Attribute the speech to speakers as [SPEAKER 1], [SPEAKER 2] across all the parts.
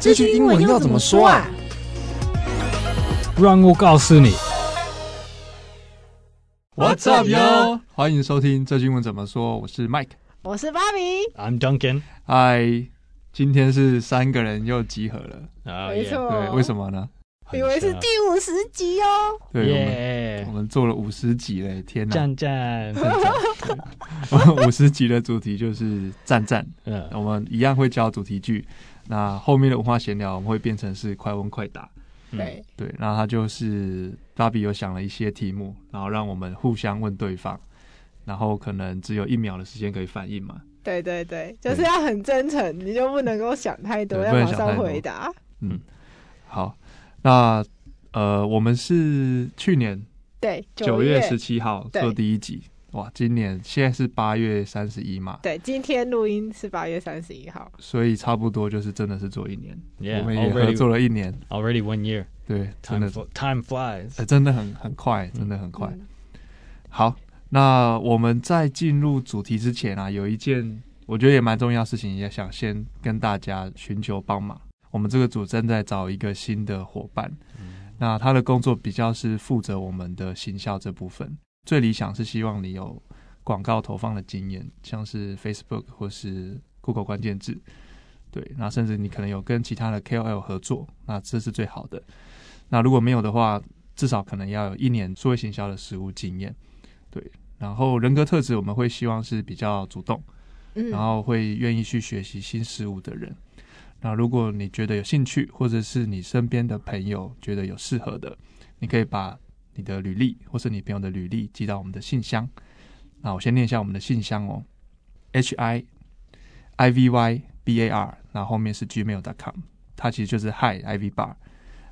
[SPEAKER 1] 这句英文要怎么说啊？
[SPEAKER 2] 让我告诉你。
[SPEAKER 3] What's up yo？欢迎收听这句英文怎么说，我是 Mike。
[SPEAKER 1] 我是芭比，
[SPEAKER 2] I'm Duncan。
[SPEAKER 3] 嗨，今天是三个人又集合了，
[SPEAKER 2] 啊
[SPEAKER 1] 没错，
[SPEAKER 3] 对，为什么呢？
[SPEAKER 1] 以为是第五十集哦，
[SPEAKER 3] 对
[SPEAKER 2] 耶
[SPEAKER 3] 我们我，们做了五十集嘞，天哪！
[SPEAKER 2] 赞 赞，
[SPEAKER 3] 五十集的主题就是赞赞，
[SPEAKER 2] 嗯，
[SPEAKER 3] 我们一样会教主题句。那后面的文化闲聊，我们会变成是快问快答。
[SPEAKER 2] 嗯
[SPEAKER 1] 对，
[SPEAKER 3] 对，那他就是芭比有想了一些题目，然后让我们互相问对方，然后可能只有一秒的时间可以反应嘛。
[SPEAKER 1] 对对对，就是要很真诚，你就不能够想太多，
[SPEAKER 3] 对
[SPEAKER 1] 要
[SPEAKER 3] 不能
[SPEAKER 1] 马
[SPEAKER 3] 想
[SPEAKER 1] 上
[SPEAKER 3] 太多
[SPEAKER 1] 回答。
[SPEAKER 3] 好，那呃，我们是去年
[SPEAKER 1] 对，
[SPEAKER 3] 九
[SPEAKER 1] 月
[SPEAKER 3] 月十，七号
[SPEAKER 1] 对
[SPEAKER 3] 做第一集，哇，今年现在是八月三十一嘛，
[SPEAKER 1] 对，今天录音是八月三十一号，
[SPEAKER 3] 所以差不多就是真的是做一年
[SPEAKER 2] Yeah，
[SPEAKER 3] 我们也
[SPEAKER 2] already-
[SPEAKER 3] 合作了一年，
[SPEAKER 2] already one year
[SPEAKER 3] 对，
[SPEAKER 2] time
[SPEAKER 3] 真的
[SPEAKER 2] fl- time flies
[SPEAKER 3] 呃，真的很很快，真的很快。
[SPEAKER 1] 嗯
[SPEAKER 3] 好，那我们在进入主题之前啊，有一件我觉得也蛮重要的事情，也想先跟大家寻求帮忙。我们这个组正在找一个新的伙伴，那他的工作比较是负责我们的行销这部分。最理想是希望你有广告投放的经验，像是 Facebook 或是 Google 关键字，对，那甚至你可能有跟其他的 KOL 合作，那这是最好的。那如果没有的话，至少可能要有一年数位行销的实务经验。然后人格特质我们会希望是比较主动，
[SPEAKER 1] 嗯
[SPEAKER 3] 然后会愿意去学习新事物的人。那如果你觉得有兴趣，或者是你身边的朋友觉得有适合的，你可以把你的履历或是你朋友的履历寄到我们的信箱。那我先念一下我们的信箱哦，h i i v y b a r，那后面是 gmail.com，它其实就是 hi i v bar。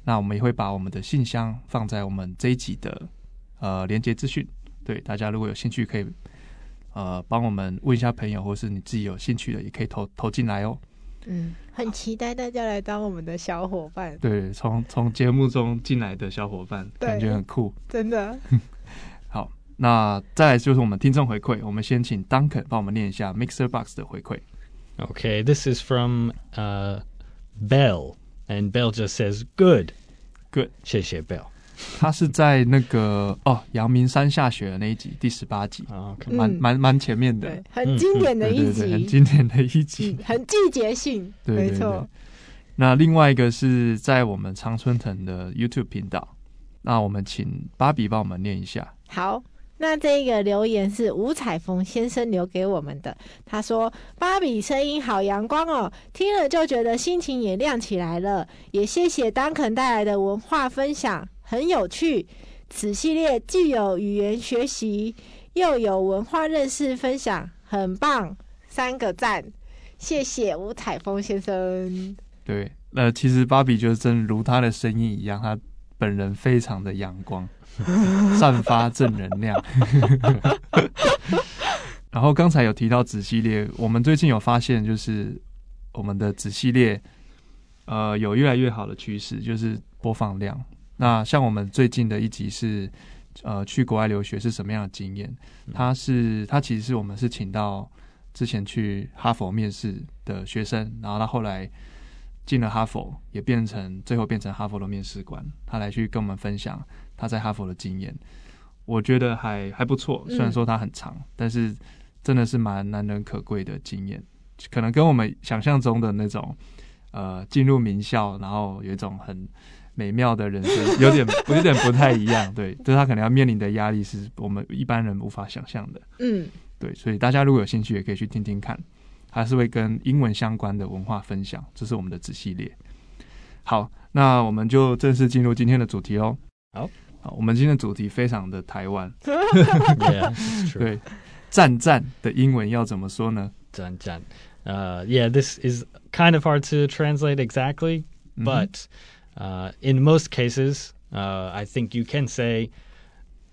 [SPEAKER 3] 那我们也会把我们的信箱放在我们这一集的呃连接资讯。对，大家如果有兴趣，可以呃帮我们问一下朋友，或是你自己有兴趣的，也可以投投进来哦。
[SPEAKER 1] 嗯，很期待大家来当我们的小伙伴，
[SPEAKER 3] 对，从从节目中进来的小伙伴，
[SPEAKER 1] 对
[SPEAKER 3] 感觉很酷。
[SPEAKER 1] 真 的。
[SPEAKER 3] 好，那再来就是我们听众回馈，我们先请 Duncan 帮我们念一下 Mixer Box 的回馈。
[SPEAKER 2] Okay, this is from uh Bell, and Bell just says good,
[SPEAKER 3] Good.
[SPEAKER 2] 谢谢 Bell.
[SPEAKER 3] 他是在那个哦阳明山下雪的那一集，第十八集，
[SPEAKER 2] Oh, okay.
[SPEAKER 1] 嗯
[SPEAKER 3] 蛮蛮蛮前面的，
[SPEAKER 1] 对，很经典的
[SPEAKER 3] 对
[SPEAKER 1] 一
[SPEAKER 3] 对嗯对，很
[SPEAKER 1] 集，
[SPEAKER 3] 经典的一集
[SPEAKER 1] 嗯。很季节性，
[SPEAKER 3] 对
[SPEAKER 1] 没
[SPEAKER 3] 对
[SPEAKER 1] 错
[SPEAKER 3] 对，。那另外一个是在我们常春藤的 YouTube 频道，那我们请芭比帮我们念一下。
[SPEAKER 1] 好，那这个留言是吴彩峰先生留给我们的。他说：“芭比声音好阳光哦，听了就觉得心情也亮起来了。也谢谢丹肯带来的文化分享，很有趣。此系列既有语言学习，又有文化认识分享，很棒！三个赞，谢谢吴彩峰先生。
[SPEAKER 3] 对，那、其实芭比就是真如她的声音一样，她本人非常的阳光， 散发正能量。 然后刚才有提到子系列，我们最近有发现，就是我们的子系列，呃，有越来越好的趋势，就是播放量。那像我们最近的一集是，呃，去国外留学是什么样的经验？它是它其实是我们是请到之前去哈佛面试的学生，然后他后来进了哈佛，也变成最后变成哈佛的面试官，他来去跟我们分享他在哈佛的经验。我觉得还还不错，虽然说它很长，但是真的是蛮难能可贵的经验，可能跟我们想象中的那种呃进入名校，然后有一种很美妙的人生， 有点有点不太一样。对，就是他可能要面临的压力是我们一般人无法想象的。
[SPEAKER 1] 嗯，
[SPEAKER 3] 对，所以大家如果有兴趣，也可以去听听看，还是会跟英文相关的文化分享，这是我们的子系列。好，那我们就正式进入今天的主题喽。
[SPEAKER 2] 好，
[SPEAKER 3] 好，我们今天的主题非常的台湾，
[SPEAKER 2] yeah, it's true.
[SPEAKER 3] 对，赞赞的英文要怎么说呢？
[SPEAKER 2] Dun, dun. Uh, yeah, this is kind of hard to translate exactly,
[SPEAKER 3] 嗯哼
[SPEAKER 2] but uh, in most cases, uh, I think you can say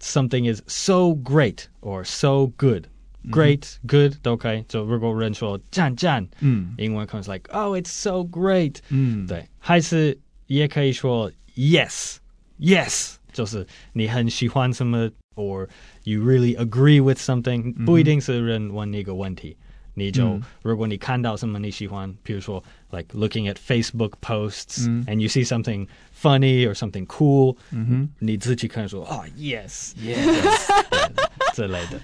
[SPEAKER 2] something is so great or so good. Great, good, okay. So 如果人说赞赞，
[SPEAKER 3] 嗯
[SPEAKER 2] 英文 comes like, oh, it's so great.
[SPEAKER 3] 嗯，
[SPEAKER 2] 对，还是也可以说 yes, yes. 就是你很喜欢什么，or you really agree with something.
[SPEAKER 3] 嗯哼。
[SPEAKER 2] 不一定是人问一个问题，你你就、
[SPEAKER 3] 嗯
[SPEAKER 2] 如果你看到什么你喜欢，比如说 like looking at Facebook posts、
[SPEAKER 3] 嗯
[SPEAKER 2] and you see something funny or something cool，
[SPEAKER 3] 嗯哼，
[SPEAKER 2] 你自己看说啊、yes yes 之类的，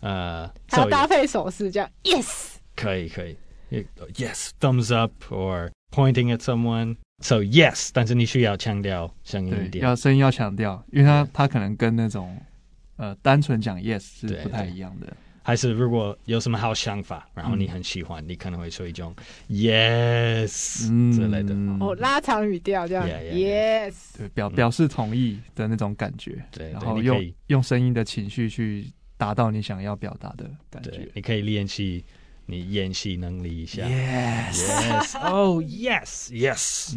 [SPEAKER 2] 呃，
[SPEAKER 1] 还要
[SPEAKER 2] so
[SPEAKER 1] 搭配手势，这样 yes。
[SPEAKER 2] 可以可以。Yes, thumbs up or pointing at someone. So yes，
[SPEAKER 3] 对，
[SPEAKER 2] 但是你需要强调相应一点。
[SPEAKER 3] 要声音要强调，因为他他可能跟那种呃单纯讲 yes 是
[SPEAKER 2] 对
[SPEAKER 3] 不太
[SPEAKER 2] 对
[SPEAKER 3] 一样的。
[SPEAKER 2] 还是如果有什么好想法，然后你很喜欢，你可能会说一种 yes
[SPEAKER 3] 嗯
[SPEAKER 2] 之类的。
[SPEAKER 1] 哦，拉长语调这样哦
[SPEAKER 2] Yeah, yeah,
[SPEAKER 1] yes。
[SPEAKER 3] 对，表
[SPEAKER 2] 嗯
[SPEAKER 3] 表示同意的那种感觉，
[SPEAKER 2] 对
[SPEAKER 3] 然
[SPEAKER 2] 对
[SPEAKER 3] 后
[SPEAKER 2] 你可
[SPEAKER 3] 用
[SPEAKER 2] 以
[SPEAKER 3] 用声音的情绪去达到你想要表达的感觉。
[SPEAKER 2] 对，你可以练习你演戏能力一下。
[SPEAKER 3] Yes，
[SPEAKER 2] Yes, oh yes, yes.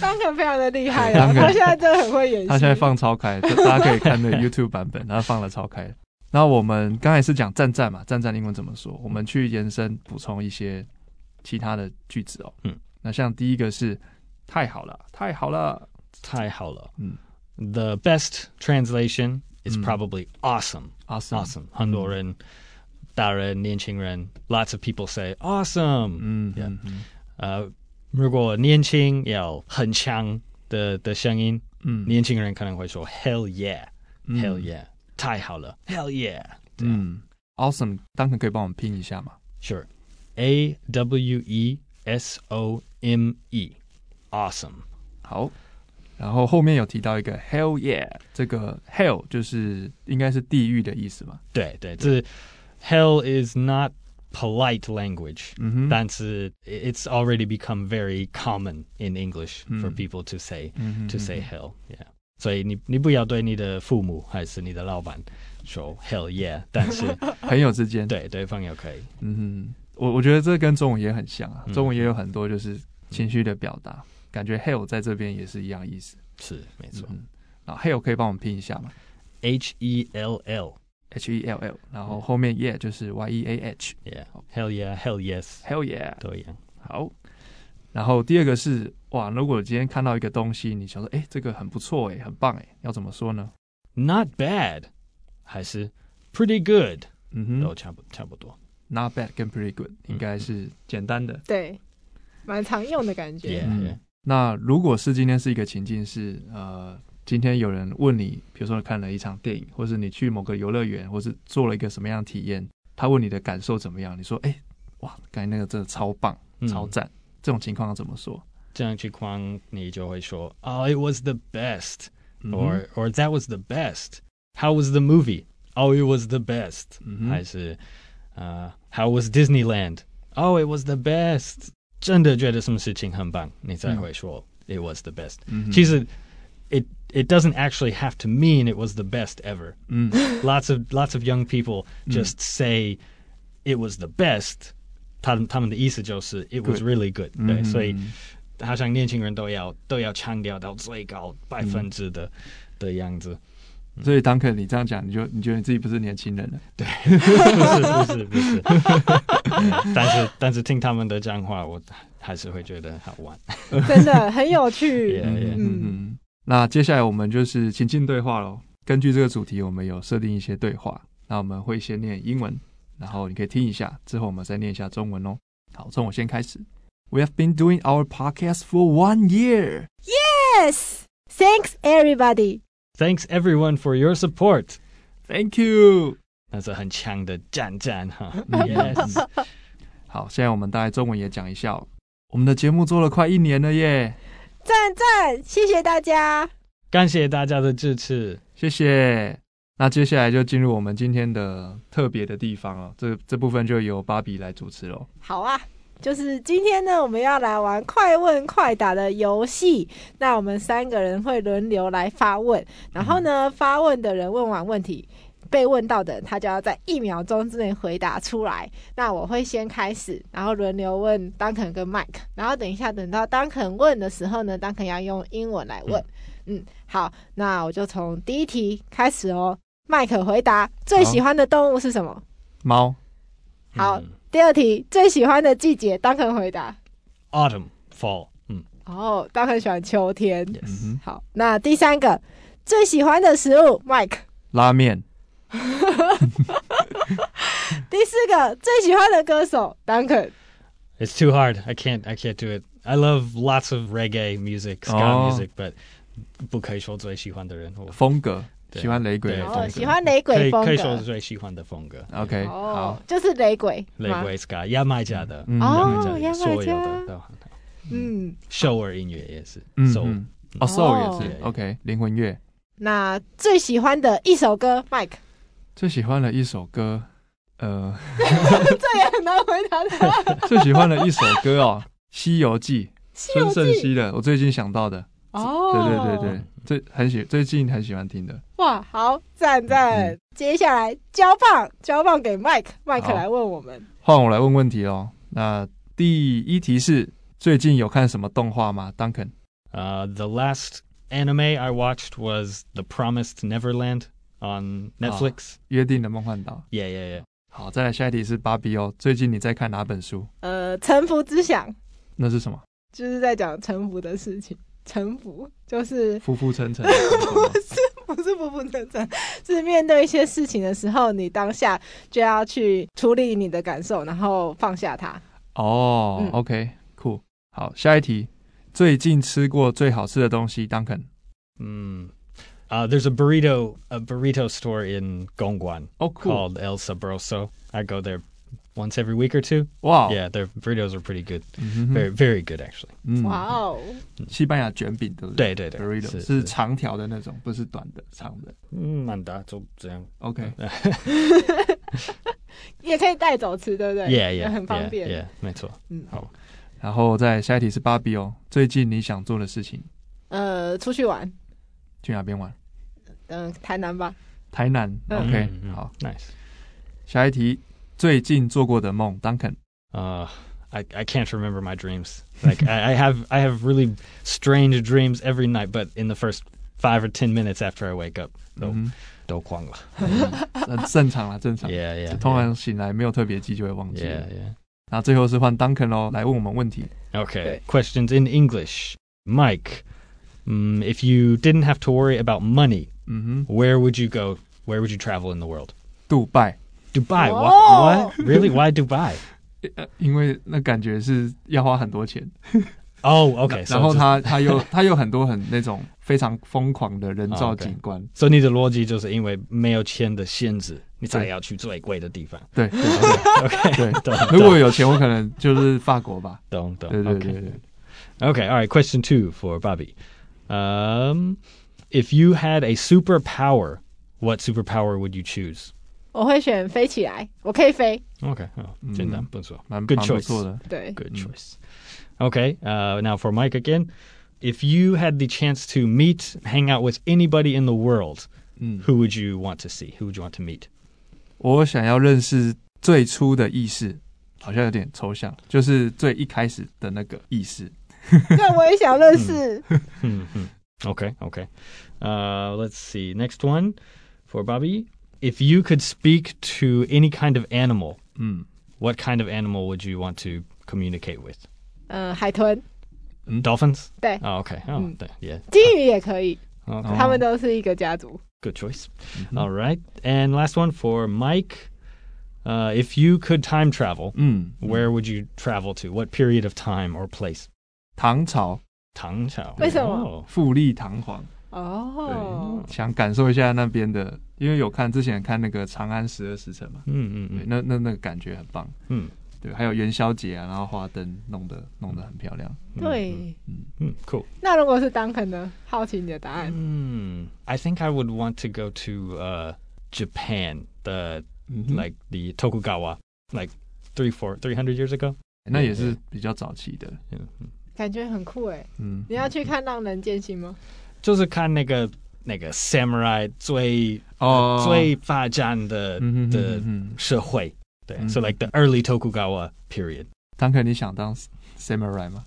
[SPEAKER 1] 当肯非常的厉害
[SPEAKER 3] 对
[SPEAKER 1] 啊，
[SPEAKER 3] 当肯
[SPEAKER 1] 他现在真的很会演戏。
[SPEAKER 3] 他现在放超开，就大家可以 看那个 YouTube 版本，他放了超开。那我们刚才是讲站站嘛，站站英文怎么说？我们去延伸补充一些其他的句子哦。
[SPEAKER 2] 嗯，
[SPEAKER 3] 那像第一个是太好了，太好了，
[SPEAKER 2] 太好了。
[SPEAKER 3] 嗯
[SPEAKER 2] The best translation is
[SPEAKER 3] 嗯。
[SPEAKER 2] probably awesome.
[SPEAKER 3] ，awesome，,
[SPEAKER 2] Mm。 awesome. 很多人，大人、年轻人 lots of people say awesome.
[SPEAKER 3] 嗯
[SPEAKER 2] Yeah
[SPEAKER 3] 嗯嗯
[SPEAKER 2] 呃，如果年轻要很强的的声音，
[SPEAKER 3] 嗯
[SPEAKER 2] 年轻人可能会说 Hell yeah，Hell
[SPEAKER 3] 嗯
[SPEAKER 2] yeah，太好了，Hell yeah，Sure，A
[SPEAKER 3] 嗯，awesome，当肯可以帮我们拼一下嘛？
[SPEAKER 2] W E S O M E. E，Awesome，
[SPEAKER 3] 好，然后后面有提到一个 hell yeah，这个 hell 就是应该是地狱的意思嘛？
[SPEAKER 2] 对对，这 Hell is not polite language，
[SPEAKER 3] 嗯哼，
[SPEAKER 2] 但是 it's already become very common in English for
[SPEAKER 3] 嗯
[SPEAKER 2] people to say
[SPEAKER 3] 嗯哼
[SPEAKER 2] to say hell yeah。所以你你不要对你的父母还是你的老板说 hell yeah，但是
[SPEAKER 3] 朋友之间，，
[SPEAKER 2] 对对方也可以。
[SPEAKER 3] 嗯哼，我我觉得这跟中文也很像啊，
[SPEAKER 2] 嗯
[SPEAKER 3] 中文也有很多就是情绪的表达，感觉 hell 在这边也是一样意思。
[SPEAKER 2] 是没错
[SPEAKER 3] 嗯，然后 hell 可以帮我们拼一下嘛
[SPEAKER 2] ，H E L L，yeah，hell
[SPEAKER 3] ？H E L L，然后后面 yeah 就是 Y E A H，hell
[SPEAKER 2] yeah，hell yes，
[SPEAKER 3] yeah。
[SPEAKER 2] 都一样。
[SPEAKER 3] 好，然后第二个是哇，如果今天看到一个东西，你想说，哎、这个很不错，哎，很棒，哎，要怎么说呢？
[SPEAKER 2] Not bad，还是 pretty good，
[SPEAKER 3] 嗯
[SPEAKER 2] 都
[SPEAKER 3] 哼
[SPEAKER 2] 差不差不多。
[SPEAKER 3] ，not bad 跟 pretty good
[SPEAKER 2] 嗯
[SPEAKER 3] 应该是简单的。
[SPEAKER 1] 对，蛮常用的感觉。
[SPEAKER 2] Yeah, yeah.
[SPEAKER 3] 那如果是今天是一个情境是，呃，今天有人问你，比如说看了一场电影，或是你去某个游乐园，或是做了一个什么样的体验，他问你的感受怎么样，你说，哎、哇，刚才那个真的超棒，
[SPEAKER 2] 嗯
[SPEAKER 3] 超赞，这种情况要怎么说？
[SPEAKER 2] 这样去框你就会说，Oh, it was the best，
[SPEAKER 3] 嗯哼
[SPEAKER 2] or or that was the best. How was the movie? Oh, it was the best.
[SPEAKER 3] 嗯哼
[SPEAKER 2] 还是，呃，How was Disneyland? Oh, it was the best. 真的觉得什么事情很棒，你才会说 it was the best.
[SPEAKER 3] 嗯哼
[SPEAKER 2] 其实 it it doesn't actually have to mean it was the best ever.
[SPEAKER 3] 嗯
[SPEAKER 2] Lots of lots of young people just say it was the best. 他们他们的意思就是 it was
[SPEAKER 3] Good.
[SPEAKER 2] really good. Mm-hmm.
[SPEAKER 3] 嗯哼
[SPEAKER 2] 对，所以好像年轻人都要都要强调到最高百分之的、的样子，嗯
[SPEAKER 3] 所以，当克，你这样讲，你就你觉得你自己不是年轻人了？
[SPEAKER 2] 不是不是不 是。嗯但是但是听他们的讲话，我还是会觉得好玩。Mm-hmm。
[SPEAKER 1] 真的很有趣。
[SPEAKER 2] Yeah, yeah.
[SPEAKER 3] 嗯嗯。那接下来我们就是情境对话喽。根据这个主题，我们有设定一些对话。那我们会先念英文，然后你可以听一下，之后我们再念一下中文哦。好，从我先开始。We have been doing our podcast for one year.
[SPEAKER 1] Yes, thanks everybody.
[SPEAKER 2] Thanks everyone for your support，
[SPEAKER 3] Thank you.
[SPEAKER 2] 那是很强的赞赞哈。
[SPEAKER 3] 嗯
[SPEAKER 2] Yes，
[SPEAKER 3] 好，现在我们大概中文也讲一下、哦。我们的节目做了快一年了耶，
[SPEAKER 1] 赞赞，谢谢大家。
[SPEAKER 2] 感谢大家的支持。
[SPEAKER 3] 谢谢。那接下来就进入我们今天的特别的地方了，这这部分就由芭比来主持喽。
[SPEAKER 1] 好啊，就是今天呢，我们要来玩快问快答的游戏。那我们三个人会轮流来发问，然后呢，发问的人问完问题。被问到的，他就要在一秒钟之内回答出来。那我会先开始，然后轮流问 Duncan 跟 Mike，然后等一下等到 Duncan 问的时候呢，Duncan 要用英文来问。嗯，好，那我就从第一题开始哦。Mike 回答最喜欢的动物是什么？
[SPEAKER 3] 猫，
[SPEAKER 1] 好
[SPEAKER 2] 嗯
[SPEAKER 1] 第二题，最喜欢的季节，当肯回答。
[SPEAKER 2] ，Autumn Fall，嗯
[SPEAKER 1] 哦，当肯喜欢秋天。
[SPEAKER 3] 嗯
[SPEAKER 2] ，Yes，
[SPEAKER 3] 哼。
[SPEAKER 1] 好，那第三个，最喜欢的食物，Mike。
[SPEAKER 3] 拉面，
[SPEAKER 1] 第四个最喜欢的歌手 Duncan，
[SPEAKER 2] It's too hard. I can't. I can't do it. I love lots of reggae music, ska
[SPEAKER 3] Oh.
[SPEAKER 2] music, but 不可以说最喜欢的人。我
[SPEAKER 3] 风格，
[SPEAKER 2] 对
[SPEAKER 3] 喜欢雷鬼
[SPEAKER 2] 对
[SPEAKER 3] 的
[SPEAKER 2] 对
[SPEAKER 3] 风格
[SPEAKER 1] 哦，喜欢雷鬼风
[SPEAKER 2] 可以可以
[SPEAKER 1] 格
[SPEAKER 2] 说，最喜欢的风格。
[SPEAKER 3] OK，
[SPEAKER 1] 哦
[SPEAKER 3] 好，，
[SPEAKER 1] 就是雷鬼
[SPEAKER 2] 雷
[SPEAKER 1] 吗，
[SPEAKER 2] 鬼 ska 牙买加的，
[SPEAKER 3] 嗯
[SPEAKER 1] 哦
[SPEAKER 2] 牙买
[SPEAKER 1] 牙买加
[SPEAKER 2] 加的所有的都很好。
[SPEAKER 1] 嗯，
[SPEAKER 2] 秀儿音乐也是
[SPEAKER 3] 嗯
[SPEAKER 2] ，soul
[SPEAKER 3] 嗯哦，Soul 也
[SPEAKER 2] 哦
[SPEAKER 3] 是 OK，灵魂乐。
[SPEAKER 1] 那最喜欢的一首歌，Mike，
[SPEAKER 3] 最喜欢的一首歌，呃，
[SPEAKER 1] 这也很难啊回答的。《
[SPEAKER 3] 最喜欢的一首歌哦，《西游记
[SPEAKER 1] 西》，游
[SPEAKER 3] 孙
[SPEAKER 1] 记
[SPEAKER 3] 胜》熙的，我最近想到的，
[SPEAKER 1] 哦，
[SPEAKER 3] 对对对对，最很喜，最近很喜欢听的。
[SPEAKER 1] 哇，好赞赞！
[SPEAKER 2] 嗯
[SPEAKER 1] 接下来交棒，交棒给 Mike，Mike
[SPEAKER 3] 好
[SPEAKER 1] 来问我们。
[SPEAKER 3] 换我来问问题哦。那第一题是最近有看什么动画吗？Duncan，
[SPEAKER 2] Uh, the last anime I watched was The Promised Neverland on Netflix.
[SPEAKER 3] 约定的梦幻岛。
[SPEAKER 2] Yeah, yeah, yeah.
[SPEAKER 3] 好，再来下一题是芭比哦，最近你在看哪本书？
[SPEAKER 1] 呃，臣服之想
[SPEAKER 3] 那是什么？
[SPEAKER 1] 就是在讲臣服的事情，臣服就是
[SPEAKER 3] 浮浮沉沉的感觉吗。
[SPEAKER 1] 不是不不能真，是面对一些事情的时候，你当下就要去处理你的感受，然后放下它。
[SPEAKER 3] 哦、
[SPEAKER 1] 嗯
[SPEAKER 3] o k 酷。好，下一题，最近吃过最好吃的东西，Duncan。
[SPEAKER 2] Mm. Uh, there's a burrito a burrito store in Gongguan
[SPEAKER 3] 哦、酷，
[SPEAKER 2] called El Sabroso. I go there once every week or two.
[SPEAKER 3] 哇哦，
[SPEAKER 2] Yeah, their burritos are pretty good.
[SPEAKER 3] 嗯哼哼
[SPEAKER 2] Very very good actually.
[SPEAKER 3] 嗯
[SPEAKER 1] 哇哦，
[SPEAKER 3] 西班牙卷饼对不对？
[SPEAKER 2] 对，对，对，
[SPEAKER 3] ，burrito
[SPEAKER 2] 是，
[SPEAKER 3] 是
[SPEAKER 2] 是。
[SPEAKER 3] 长条的那种，不是短的，长的。
[SPEAKER 2] mm, 嗯，蛮大，就这样。
[SPEAKER 3] OK，
[SPEAKER 1] 也可以带走吃，对不对
[SPEAKER 2] Yeah, yeah,
[SPEAKER 1] 很方
[SPEAKER 2] yeah,
[SPEAKER 1] 便。
[SPEAKER 2] yeah, 没错。
[SPEAKER 1] 嗯，
[SPEAKER 3] 然后再下一题是芭比哦，最近你想做的事情，
[SPEAKER 1] 呃，出去玩，
[SPEAKER 3] 去哪边玩？
[SPEAKER 1] 嗯、台南吧。
[SPEAKER 3] 台南。
[SPEAKER 1] 嗯
[SPEAKER 3] OK，、
[SPEAKER 2] 嗯，嗯，
[SPEAKER 3] 好，
[SPEAKER 2] Mm-hmm. nice.
[SPEAKER 3] 下一题，最近做过的梦，Duncan。
[SPEAKER 2] Uh, I, I can't remember my dreams. Like I, I have I have really strange dreams every night, but in the first five or ten minutes after I wake up, 都
[SPEAKER 3] 嗯
[SPEAKER 2] 都慌了。
[SPEAKER 3] 哼，很正常啦，正常。
[SPEAKER 2] Yeah, yeah.
[SPEAKER 3] 通常醒来没有特别记就会忘记了。
[SPEAKER 2] Yeah, yeah.
[SPEAKER 3] 那最后是换 Duncan 喽，来问我们问题。
[SPEAKER 2] Okay. Questions in English, Mike. Mm, if you didn't have to worry about money,
[SPEAKER 3] 嗯哼，
[SPEAKER 2] where would you go? Where would you travel in the world?
[SPEAKER 3] 杜拜，
[SPEAKER 2] Dubai. Wha-
[SPEAKER 1] Oh!
[SPEAKER 2] What? Really? Why Dubai?
[SPEAKER 3] 呃因为那感觉是要花很多钱。
[SPEAKER 2] Oh, okay.
[SPEAKER 3] 然后
[SPEAKER 2] So
[SPEAKER 3] 他他又 他又很多很那种非常疯狂的人造景观，
[SPEAKER 2] so 你的逻辑就是因为没有钱的限制，你才要去最贵的地方。
[SPEAKER 3] 对对 对
[SPEAKER 2] Okay.
[SPEAKER 3] 对。
[SPEAKER 2] 懂，
[SPEAKER 3] 如果有钱，我可能就是法国吧。
[SPEAKER 2] 懂，懂，
[SPEAKER 3] 对对
[SPEAKER 2] okay.
[SPEAKER 3] 对对。
[SPEAKER 2] Okay, all right. Question two for Bobby. Um, if you had a superpower, what superpower would you choose?
[SPEAKER 1] 我会选飞起来，我可以飞。
[SPEAKER 2] Okay, oh,
[SPEAKER 3] 嗯。
[SPEAKER 2] 简单，不错。
[SPEAKER 3] 蛮
[SPEAKER 2] Good
[SPEAKER 3] 蛮不
[SPEAKER 2] choice.
[SPEAKER 3] 错的。
[SPEAKER 1] 对，
[SPEAKER 2] Good
[SPEAKER 3] 嗯。
[SPEAKER 2] choice. Okay, uh, now for Mike again. If you had the chance to meet, hang out with anybody in the world,
[SPEAKER 3] 嗯，
[SPEAKER 2] who would you want to see? Who would you want to meet?
[SPEAKER 3] 我想要认识最初的意识，好像有点抽象，就是最一开始的那个意识。
[SPEAKER 1] 那我也想认识。
[SPEAKER 2] Hmm, hmm. okay, okay. Uh, let's see. Next one for Bobby. If you could speak to any kind of animal,
[SPEAKER 3] 嗯
[SPEAKER 2] what kind of animal would you want to communicate with?
[SPEAKER 1] 嗯，海豚、
[SPEAKER 2] Dolphins?
[SPEAKER 1] 对。
[SPEAKER 2] Oh, okay. Oh,
[SPEAKER 1] Mm.
[SPEAKER 2] th- yeah.
[SPEAKER 1] 金鱼也可以，
[SPEAKER 2] Okay.
[SPEAKER 3] 哦
[SPEAKER 1] 他们都是一个家族。
[SPEAKER 2] Good choice.
[SPEAKER 3] 嗯哼
[SPEAKER 2] All right. And last one for Mike. Uh, if you could time travel,
[SPEAKER 3] 嗯，
[SPEAKER 2] where would you travel to? What period of time or place? Oh.
[SPEAKER 3] 唐朝
[SPEAKER 2] 唐朝.
[SPEAKER 1] 为什么？
[SPEAKER 3] 富丽堂皇，
[SPEAKER 1] 哦，
[SPEAKER 3] 想感受一下那边的，因为有看之前看那个《长安十二时辰》嘛，
[SPEAKER 2] Hmm, 嗯
[SPEAKER 3] 对，那那那个感觉很棒。对，还有元宵节啊，然后花灯弄得弄得很漂亮。
[SPEAKER 2] 嗯
[SPEAKER 3] 嗯
[SPEAKER 1] 对。
[SPEAKER 2] hmm. cool.
[SPEAKER 1] 那如果是 Duncan 呢？好奇你的答案。
[SPEAKER 2] Mm, I think I would want to go to uh, Japan, the
[SPEAKER 3] 嗯
[SPEAKER 2] like the Tokugawa, like three four three hundred years ago.
[SPEAKER 3] 那也是比较早期的，
[SPEAKER 2] Yeah.
[SPEAKER 1] 感觉很酷哎！
[SPEAKER 3] 嗯，
[SPEAKER 1] 你要去看《浪人剑心》吗？
[SPEAKER 2] 就是看那个那个 samurai 最、
[SPEAKER 3] 哦，
[SPEAKER 2] 最发展的、
[SPEAKER 3] 嗯嗯
[SPEAKER 2] 的
[SPEAKER 3] 嗯，
[SPEAKER 2] 社会。对、
[SPEAKER 3] 嗯
[SPEAKER 2] s o like the early Tokugawa period，
[SPEAKER 3] 坦克，你想当 samurai 吗？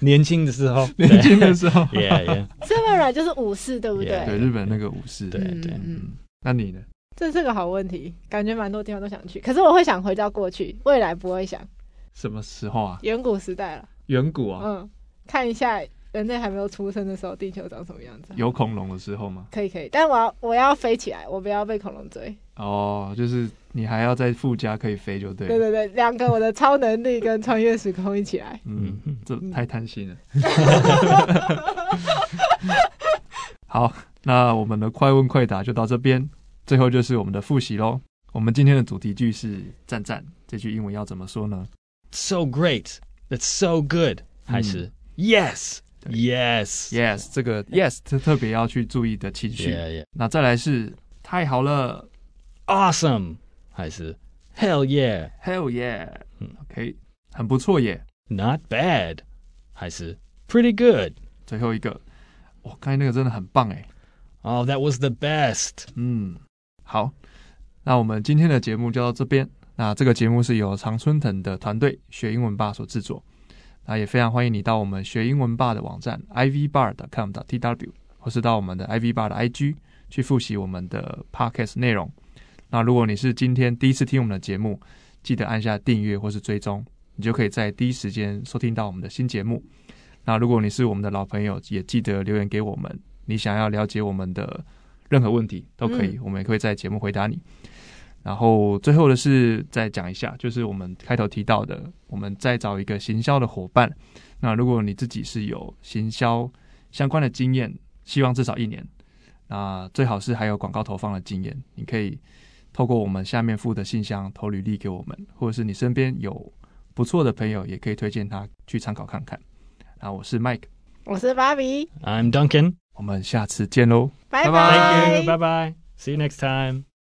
[SPEAKER 2] 年轻的时候，
[SPEAKER 3] 年轻的时候，
[SPEAKER 2] 对，yeah yeah，
[SPEAKER 1] 这么软就是武士，对不
[SPEAKER 2] Yeah，
[SPEAKER 1] 对
[SPEAKER 3] 对？日本那个武士，
[SPEAKER 2] 对对
[SPEAKER 1] 嗯嗯，
[SPEAKER 3] 嗯，那你呢？
[SPEAKER 1] 这是个好问题，感觉蛮多地方都想去。可是我会想回到过去，未来不会想
[SPEAKER 3] 什么时候啊？
[SPEAKER 1] 远古时代了。
[SPEAKER 2] 哦
[SPEAKER 3] 远古啊，
[SPEAKER 1] 嗯，看一下人类还没有出生的时候，地球长什么样子啊？
[SPEAKER 3] 有恐龙的时候吗？
[SPEAKER 1] 可以可以，但我要我要飞起来，我不要被恐龙追。
[SPEAKER 3] 哦，就是你还要再附加可以飞就对了。
[SPEAKER 1] 对对对，两个我的超能力跟穿越时空一起来。
[SPEAKER 3] 嗯，这太贪心了。
[SPEAKER 2] 嗯
[SPEAKER 3] 好，那我们的快问快答就到这边，最后就是我们的复习喽。我们今天的主题句是“赞赞”，这句英文要怎么说呢？
[SPEAKER 2] So great. That's so good. 还是 Yes. Yes.
[SPEAKER 3] Yes，这个 Yes 特特别要去注意的情绪。
[SPEAKER 2] Yeah, yeah.
[SPEAKER 3] 那再来是太好了
[SPEAKER 2] Awesome. 还是 Hell yeah.
[SPEAKER 3] ，Hell yeah，OK，、
[SPEAKER 2] 嗯
[SPEAKER 3] OK，很不错耶。
[SPEAKER 2] Not bad. 还是 Pretty good.
[SPEAKER 3] 最后一个，我刚才那个真的很棒哎。
[SPEAKER 2] Oh, that was the best.
[SPEAKER 3] 嗯，好，那我们今天的节目就到这边。那这个节目是由常春藤的团队学英文吧所制作。那也非常欢迎你到我们学英文吧的网站 ivbar.com.tw，或是到我们的 ivbar 的 IG 去复习我们的 podcast 内容。那如果你是今天第一次听我们的节目，记得按下订阅或是追踪，你就可以在第一时间收听到我们的新节目。那如果你是我们的老朋友，也记得留言给我们，你想要了解我们的任何问题都可以，
[SPEAKER 1] 嗯
[SPEAKER 3] 我们也会在节目回答你。然后最后的是再讲一下，就是我们开头提到的，我们再找一个行销的伙伴。那如果你自己是有行销相关的经验，希望至少一年，那最好是还有广告投放的经验，你可以透过我们下面附的信箱投履历给我们，或者是你身边有不错的朋友，也可以推荐他去参考看看。那我是 Mike，
[SPEAKER 1] 我是芭比，
[SPEAKER 2] I'm Duncan.
[SPEAKER 3] 我们下次见喽。
[SPEAKER 1] 拜
[SPEAKER 3] 拜拜
[SPEAKER 2] Thank you. Bye bye. See you next time.